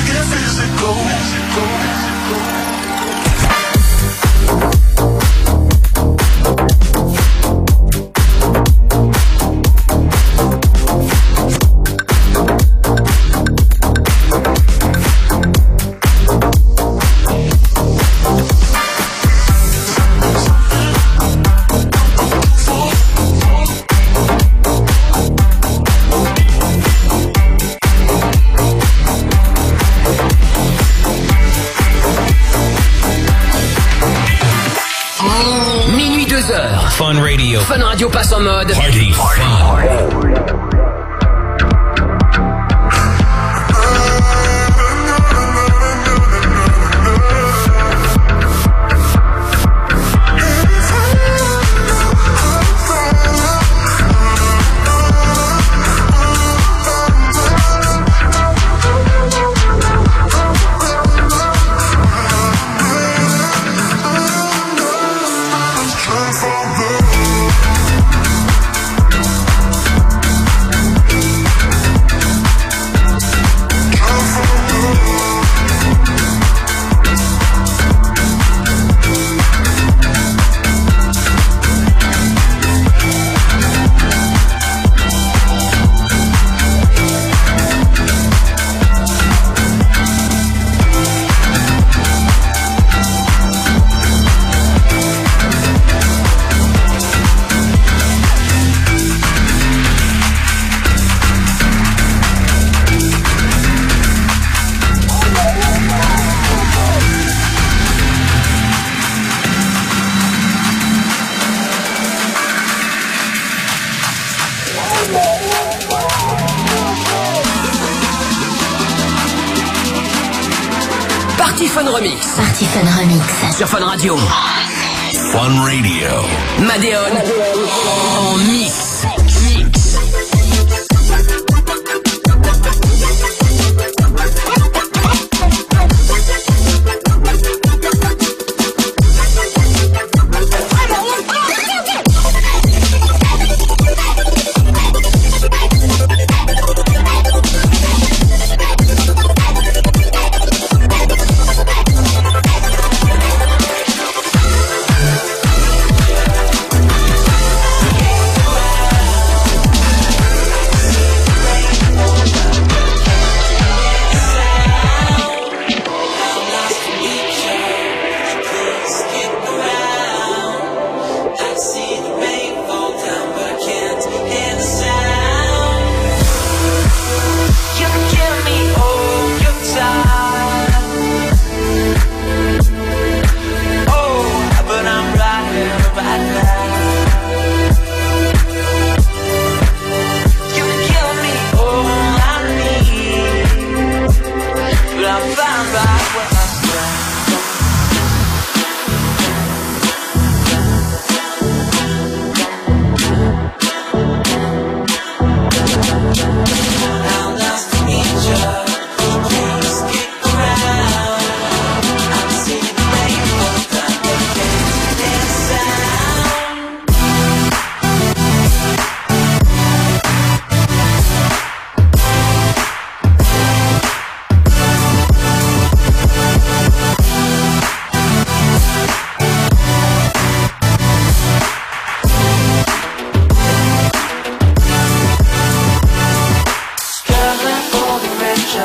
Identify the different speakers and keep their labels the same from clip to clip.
Speaker 1: physical.
Speaker 2: Minuit 2 heures.
Speaker 3: Fun Radio.
Speaker 2: Fun Radio passe en mode.
Speaker 3: Party.
Speaker 2: Party Fun Remix.
Speaker 4: Party Fun Remix.
Speaker 2: Sur Fun Radio.
Speaker 1: Fun Radio.
Speaker 2: Madeon. En mix.
Speaker 5: You give me all your time. Oh, but I'm right here, right now. You give me all I need, but I'm fine right where I'm at. How nice to meet you. Please stick around. I'm seeing the rainbow that we can't dance out.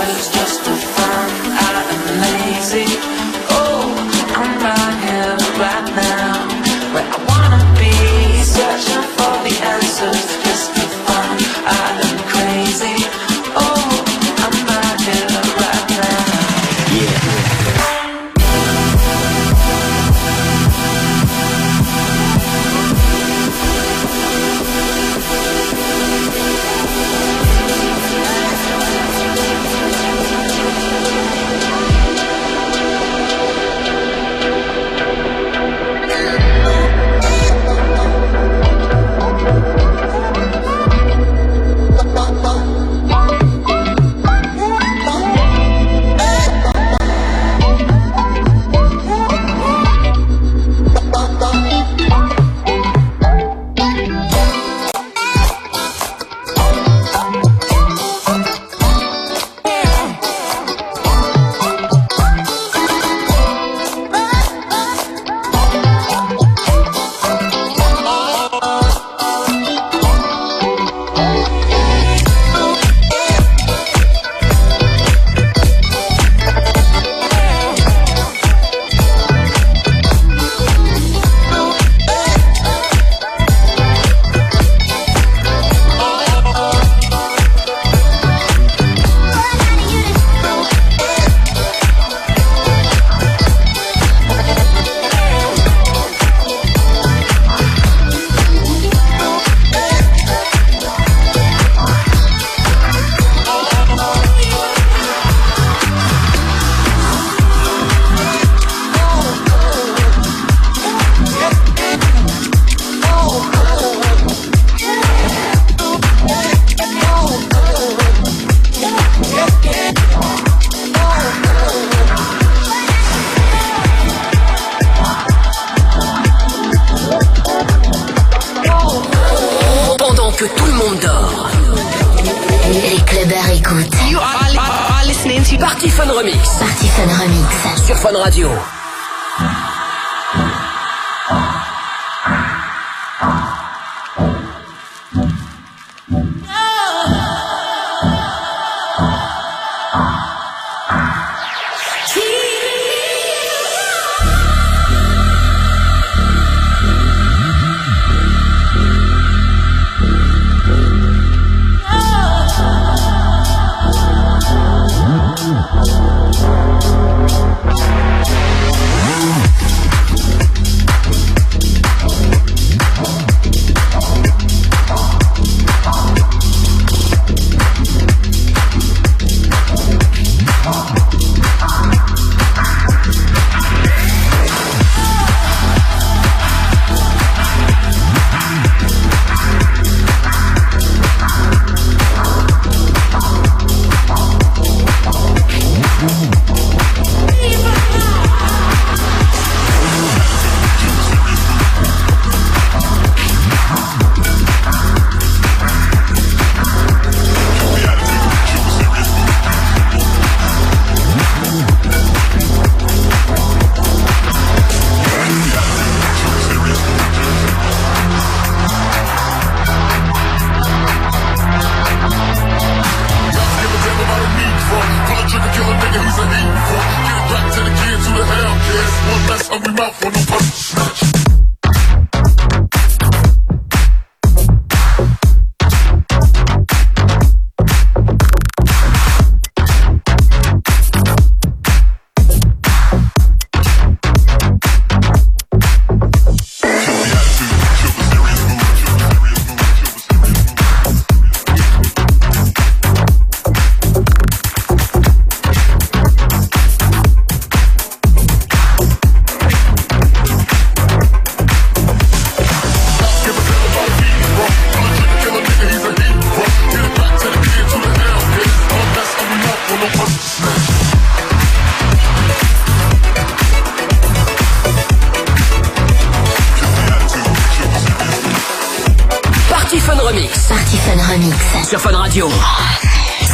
Speaker 1: Fun
Speaker 5: Oh, Oh,
Speaker 2: Party Fun Remix
Speaker 6: Party Fun Remix.
Speaker 2: sur Fun Radio. Party Fun Remix
Speaker 6: Party Fun Remix.
Speaker 2: sur Fun Radio.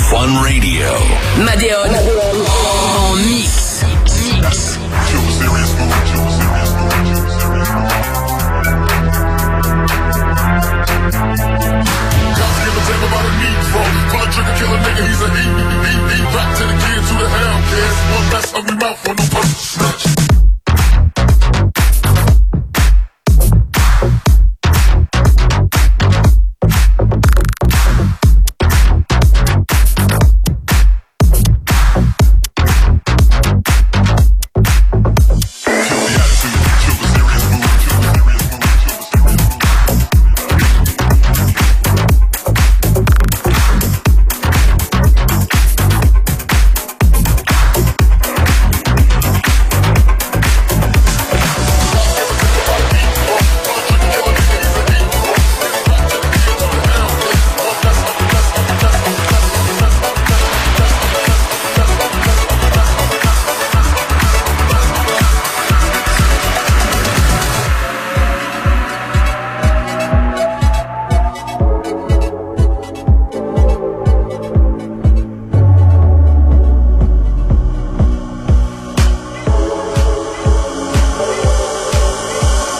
Speaker 1: Fun Radio.
Speaker 2: Madeon en mix. Mix.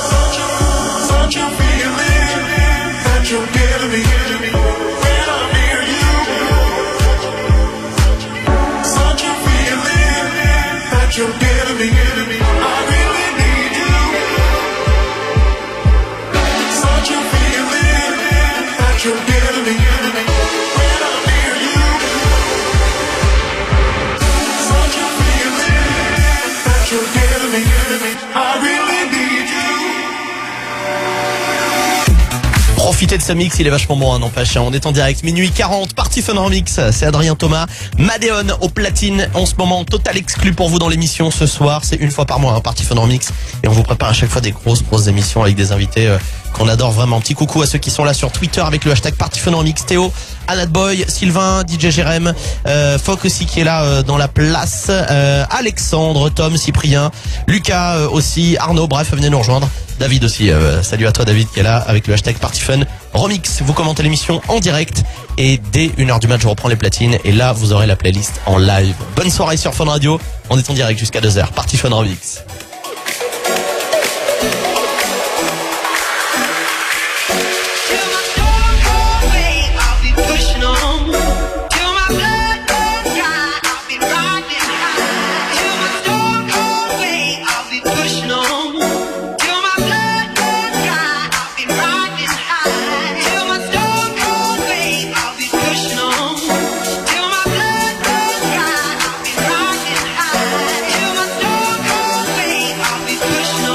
Speaker 7: Such a feeling that you're giving me when I'm near you. Such a feeling that you're giving me. I really need you. Such a feeling that you're giving me when I'm near you. Such a feeling that you're giving me. I really need you.
Speaker 3: Profitez de ce mix, il est vachement bon, hein, n'empêche. hein. On est en direct, minuit 40, partie Fun Remix. C'est Adrien Thomas, Madeon au platine. En ce moment, total exclu pour vous dans l'émission ce soir. C'est une fois par mois, hein, partie Fun Remix. Et on vous prépare à chaque fois des grosses, grosses émissions avec des invités euh, qu'on adore vraiment. Petit coucou à ceux qui sont là sur Twitter avec le hashtag Partifunormix, Théo, Anatboy, Sylvain, DJ Jérém, euh, Foc aussi qui est là euh, dans la place, euh, Alexandre, Tom, Cyprien, Lucas euh, aussi, Arnaud, bref, venez nous rejoindre. David aussi, euh, salut à toi David qui est là avec le hashtag Partifun Remix. Vous commentez l'émission en direct et dès 1h du match je reprends les platines et là vous aurez la playlist en live. Bonne soirée sur Fun Radio, on est en direct jusqu'à 2h. Partifun Remix.
Speaker 8: Till my door goes away, I'll be pushing on. Till my blood goes dry, I'll be riding high. Till my door goes away, I'll be pushing on. Till my blood goes dry, I'll be riding high. Till my door goes away, I'll be pushing on. Till my blood goes dry, I'll be riding high. Till my door goes away, I'll be pushing on. Till my blood goes dry, I'll be riding high. Till my door goes away, I'll be pushing on. Till my blood goes dry, I'll be riding high. Till my door goes away, I'll be pushing on. Till my blood goes dry, I'll be riding high. Till my door goes away, I'll be pushing on. Till my blood goes dry, I'll be riding high. Till my door goes away, I'll be pushing on. Till my blood goes dry, I'll be riding high.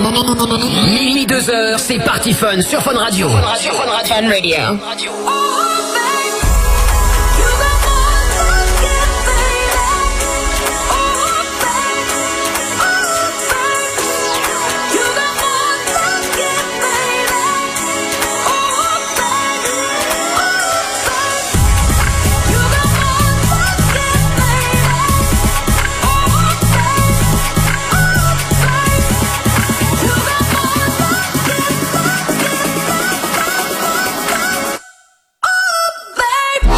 Speaker 2: Minuit 2 heures, c'est Party Fun sur Fun Radio. Sur Fun Radio.
Speaker 8: Oh,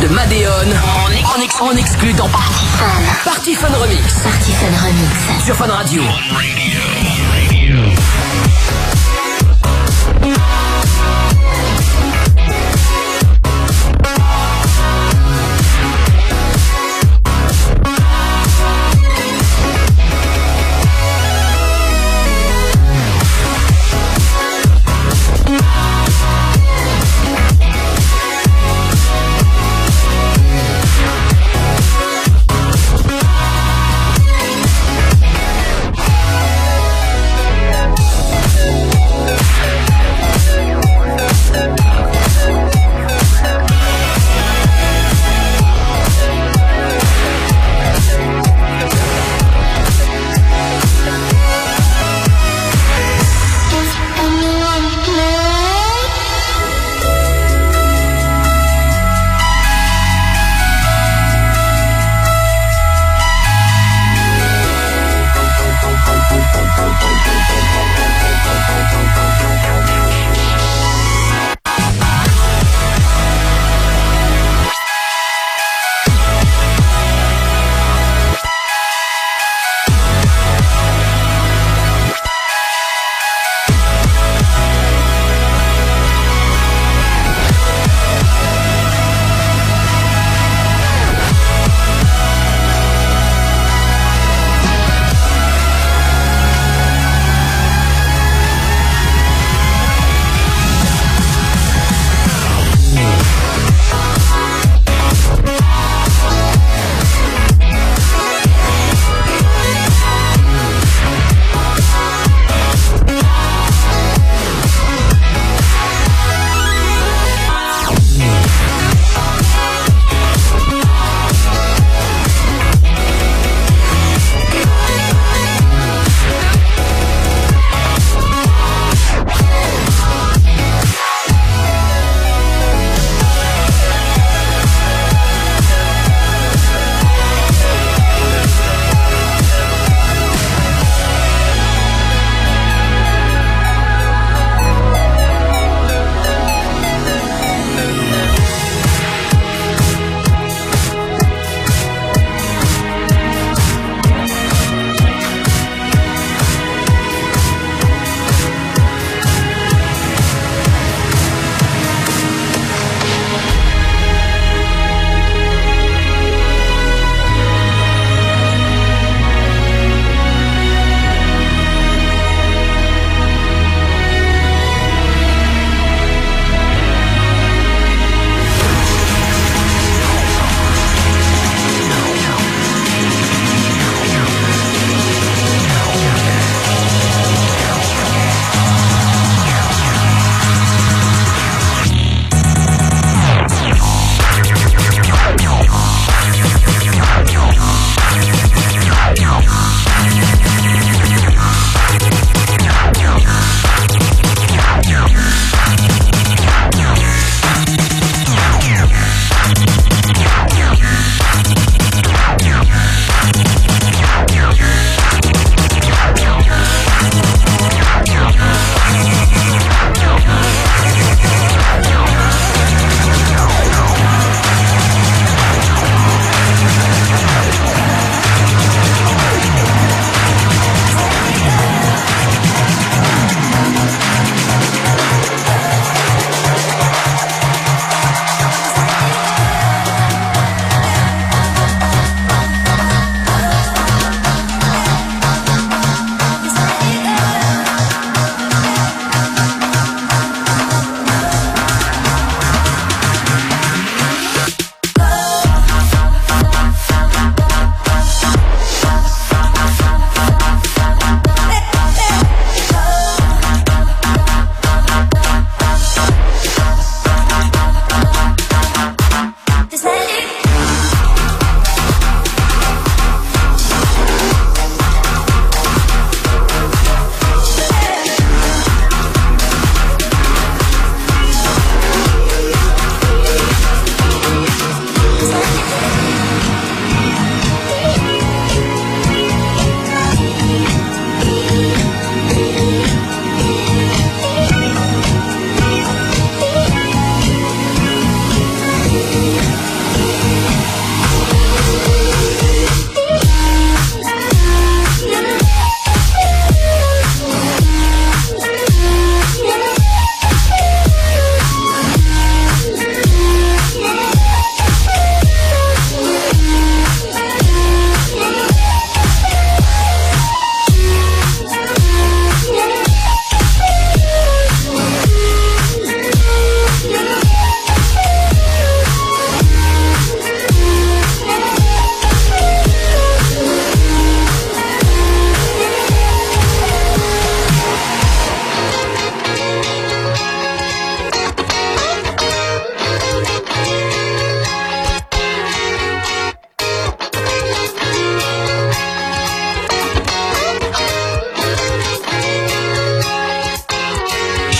Speaker 2: de Madeon en, ex- en, ex- en exclu dans
Speaker 6: Party Fun.
Speaker 2: Party Fun Remix
Speaker 6: Party Fun Remix.
Speaker 2: sur Fun Radio.
Speaker 8: Thank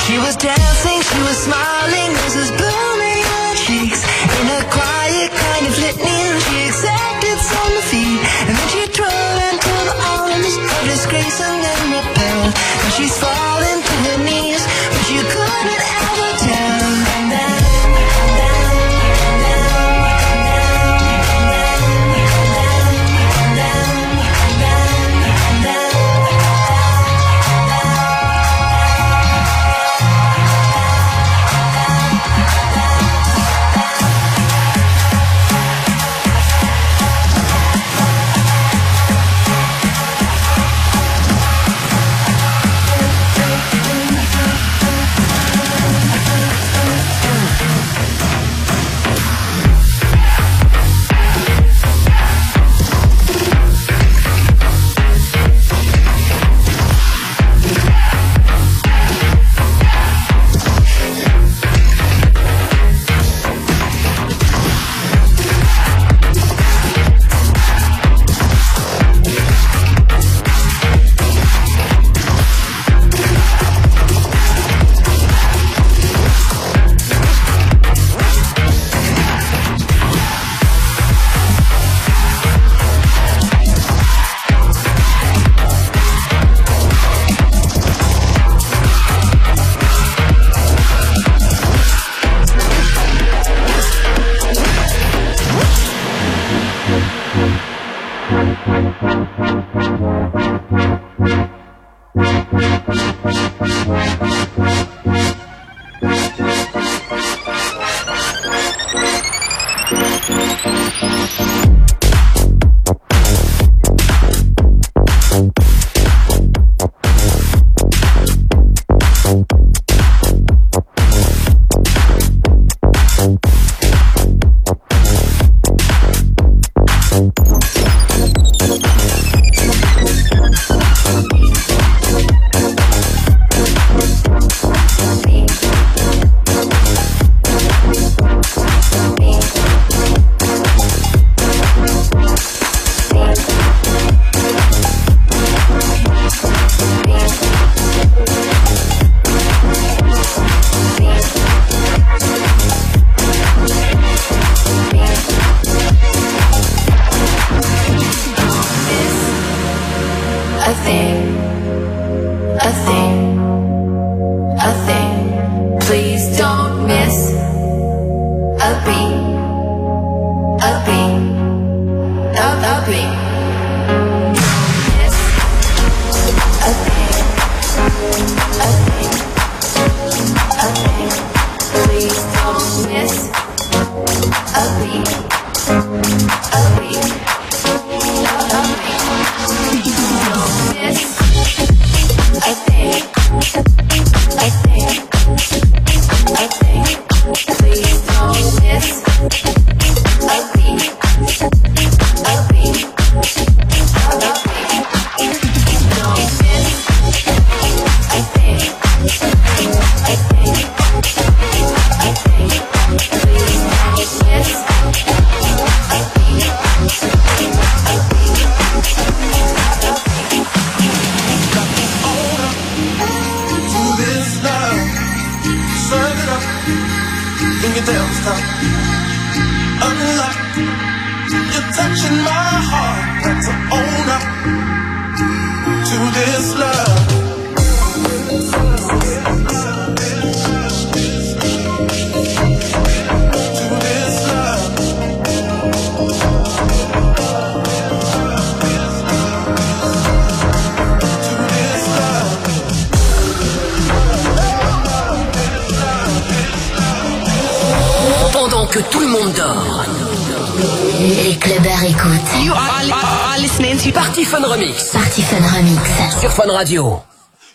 Speaker 8: She was smiling, roses blooming her cheeks. In a quiet kind of litany, she exacted some feet. And then she drove into the arms of disgrace and then rebelled. And she's fallen to her knees, but you couldn't ever tell. And then, and then, and then, and then, and then, and then, and then, and then, and then,
Speaker 6: a thing, a thing, a thing. Please don't miss a beat, a beat, a, a beat. Don't miss a thing, a thing, a thing. Please don't miss a beat, a beat, a, a beat.
Speaker 8: Do this now. Serve it up. Bring it down, stop. Unlock. You're touching my heart. That's a own up to this love. To this love. To this love.
Speaker 2: Pendant que tout le monde dort.
Speaker 9: Les clubbers écoutent.
Speaker 2: You are, listening to Party Fun Remix
Speaker 9: Party Fun Remix.
Speaker 2: sur Fun Radio.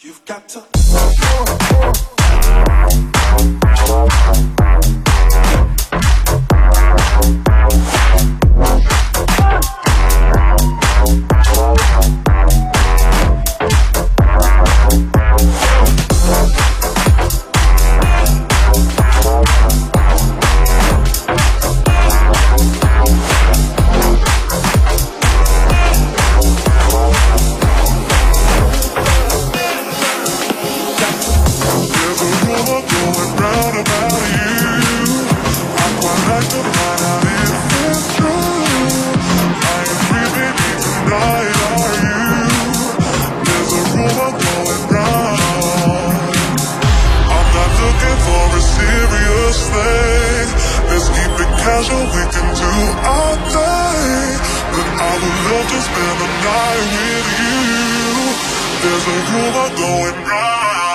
Speaker 8: You've got to.
Speaker 7: There's a rumor going round. want to spend the night with you. There's a rumor going round.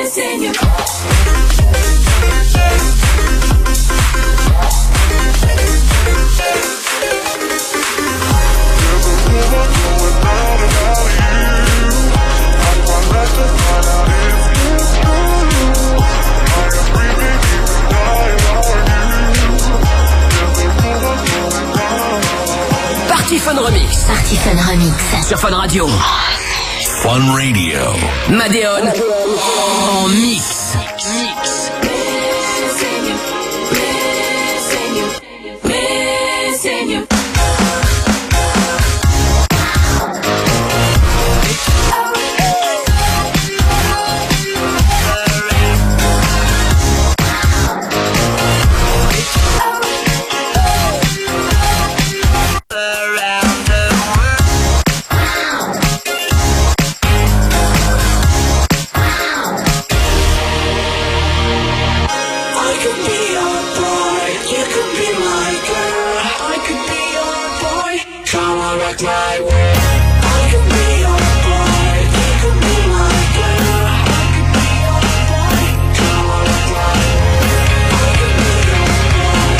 Speaker 5: Missing you.
Speaker 2: Party Fun Remix
Speaker 6: Party Fun Remix.
Speaker 2: sur Fun Radio.
Speaker 1: Fun Radio.
Speaker 2: Madeon en mix. Mix.
Speaker 5: Missing you. Missing you. Missing you. I could be your boy, you could be my girl. I could be your boy, come on, rock my world. I could be your boy, you could be my girl. I could be your boy, come on, rock my world. I could be your boy,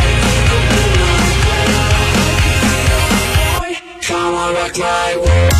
Speaker 5: you could be my girl. I could be your boy, come on, rock my world.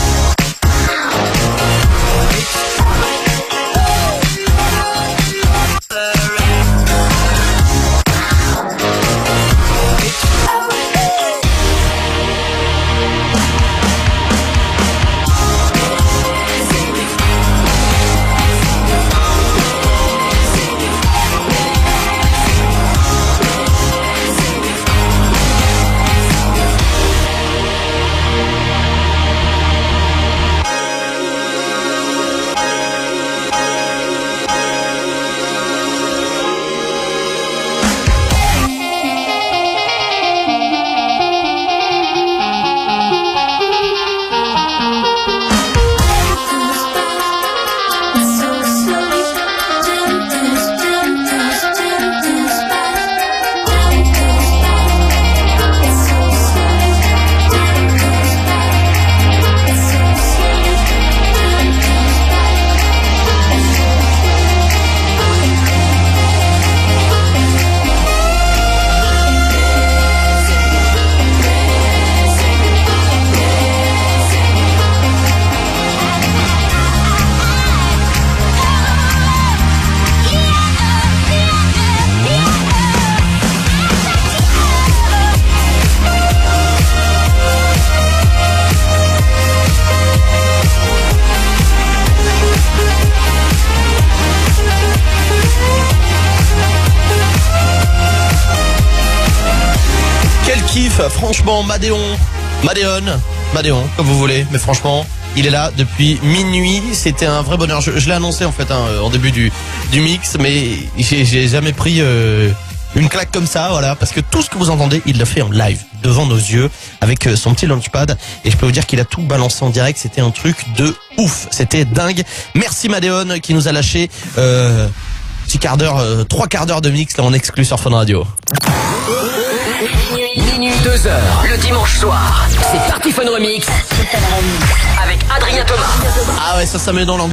Speaker 3: Quel kiff, franchement, Madéon, Madéon, Madéon, comme vous voulez, mais franchement, il est là depuis minuit, c'était un vrai bonheur. Je, je l'ai annoncé en fait hein, en début du, du mix, mais j'ai j'ai jamais pris euh, une claque comme ça, voilà, parce que tout ce que vous entendez, il l'a fait en live, devant nos yeux, avec euh, son petit launchpad, et je peux vous dire qu'il a tout balancé en direct, c'était un truc de ouf, c'était dingue. Merci Madéon qui nous a lâché... Euh, Petit quart d'heure, euh, trois quarts d'heure de mix là on exclut sur Fun Radio.
Speaker 2: Minuit 2 heures. Le dimanche soir, c'est Party Fun Remix
Speaker 6: Party Fun Remix.
Speaker 2: avec Adrien Thomas.
Speaker 3: Ah ouais ça ça met dans l'ambiance.